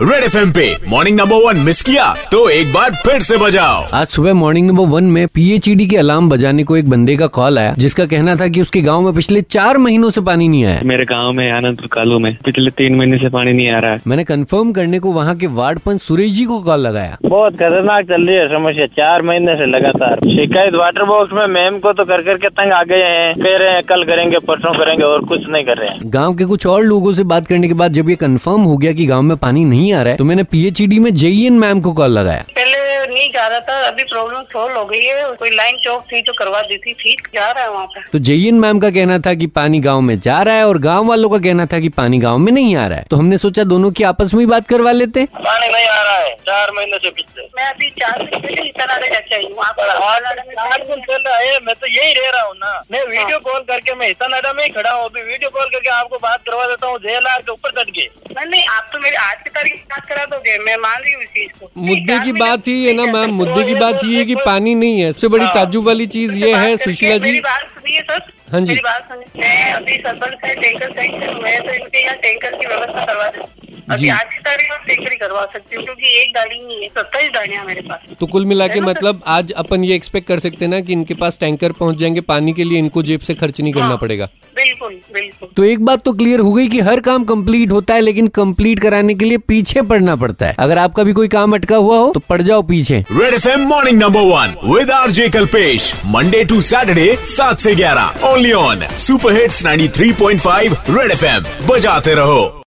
Red F पे morning number one miss किया तो एक बार फिर से बजाओ आज सुबह मॉर्निंग नंबर वन में पीएचईडी के अलार्म बजाने को एक बंदे का कॉल आया जिसका कहना था कि उसके गांव में पिछले चार महीनों से पानी नहीं आया मेरे गांव में आनंदपुर कालू में पिछले तीन महीने से पानी नहीं आ रहा है मैंने कंफर्म करने को वहां के वार्ड पंच सुरेश जी को कॉल लगाया बहुत खतरनाक चल रही है समस्या चार महीने से लगातार शिकायत वाटर बॉक्स में मैम को तो कर करके तंग आ गए हैं कह रहे हैं कल करेंगे परसों करेंगे और कुछ नहीं कर रहे हैं गांव के कुछ और लोगों से बात करने के बाद जब ये कंफर्म हो गया कि गांव में पानी नहीं आ रहा है तो मैंने पीएचईडी में जेईएन मैम को कॉल लगाया पहले नहीं जा रहा था अभी प्रॉब्लम सॉल्व हो गई है कोई लाइन चौक थी जो करवा दी थी ठीक जा रहा है वहाँ पर तो जेईएन मैम का कहना था कि पानी गांव में जा रहा है और गांव वालों का कहना था कि पानी गांव में नहीं आ रहा है तो हमने सोचा दोनों की आपस में ही बात करवा लेते हैं। पानी नहीं आ रहा है चार महीने से पिछले मैं अभी चार दिन पहले इतना रहना चाहिए वहाँ पर चार दिन चल रहा है मैं तो यही रह रहा हूँ ना मैं वीडियो हाँ। कॉल करके मैं हिसानाडा में ही खड़ा हूँ अभी वीडियो कॉल करके आपको बात करवा देता हूँ जेएलआर के ऊपर चढ़ के नहीं नहीं आप तो मेरी आज की तारीख की बात करा दोगे मैं मान रही हूँ इस चीज को मुद्दे चार की महीने बात से ही है ना नहीं तो जा मैम रहा। मुद्दे की बात ये है कि पानी नहीं है सबसे बड़ी ताजुब वाली चीज ये हाँ। बात है करके सुशीला जी मेरी बात सुनिए सर हाँ जी। मेरी बात सुनिए मैं अभी सरपंच से टैंकर साइड से मैं तो इनके यहाँ टैंकर की व्यवस्था करवा दूँ जी। अभी आज की तारीख में टैंकर ही करवा सकती हूँ क्योंकि एक गाड़ी नहीं है सत्ताईस गाड़ियाँ मेरे पास तो कुल मिला के है ना सर? मतलब आज अपन ये एक्सपेक्ट कर सकते हैं ना कि इनके पास टैंकर पहुंच जाएंगे पानी के लिए इनको जेब से खर्च नहीं करना हाँ। पड़ेगा बिल्कुल बिल्कुल तो एक बात तो क्लियर हो गई कि हर काम कंप्लीट होता है लेकिन कंप्लीट कराने के लिए पीछे पड़ना पड़ता है अगर आपका भी कोई काम अटका हुआ हो तो पड़ जाओ पीछे Red F morning number one with R J Kalpesh Monday to Saturday सात से ग्यारह only on super hits 93.5 Red F बजाते रहो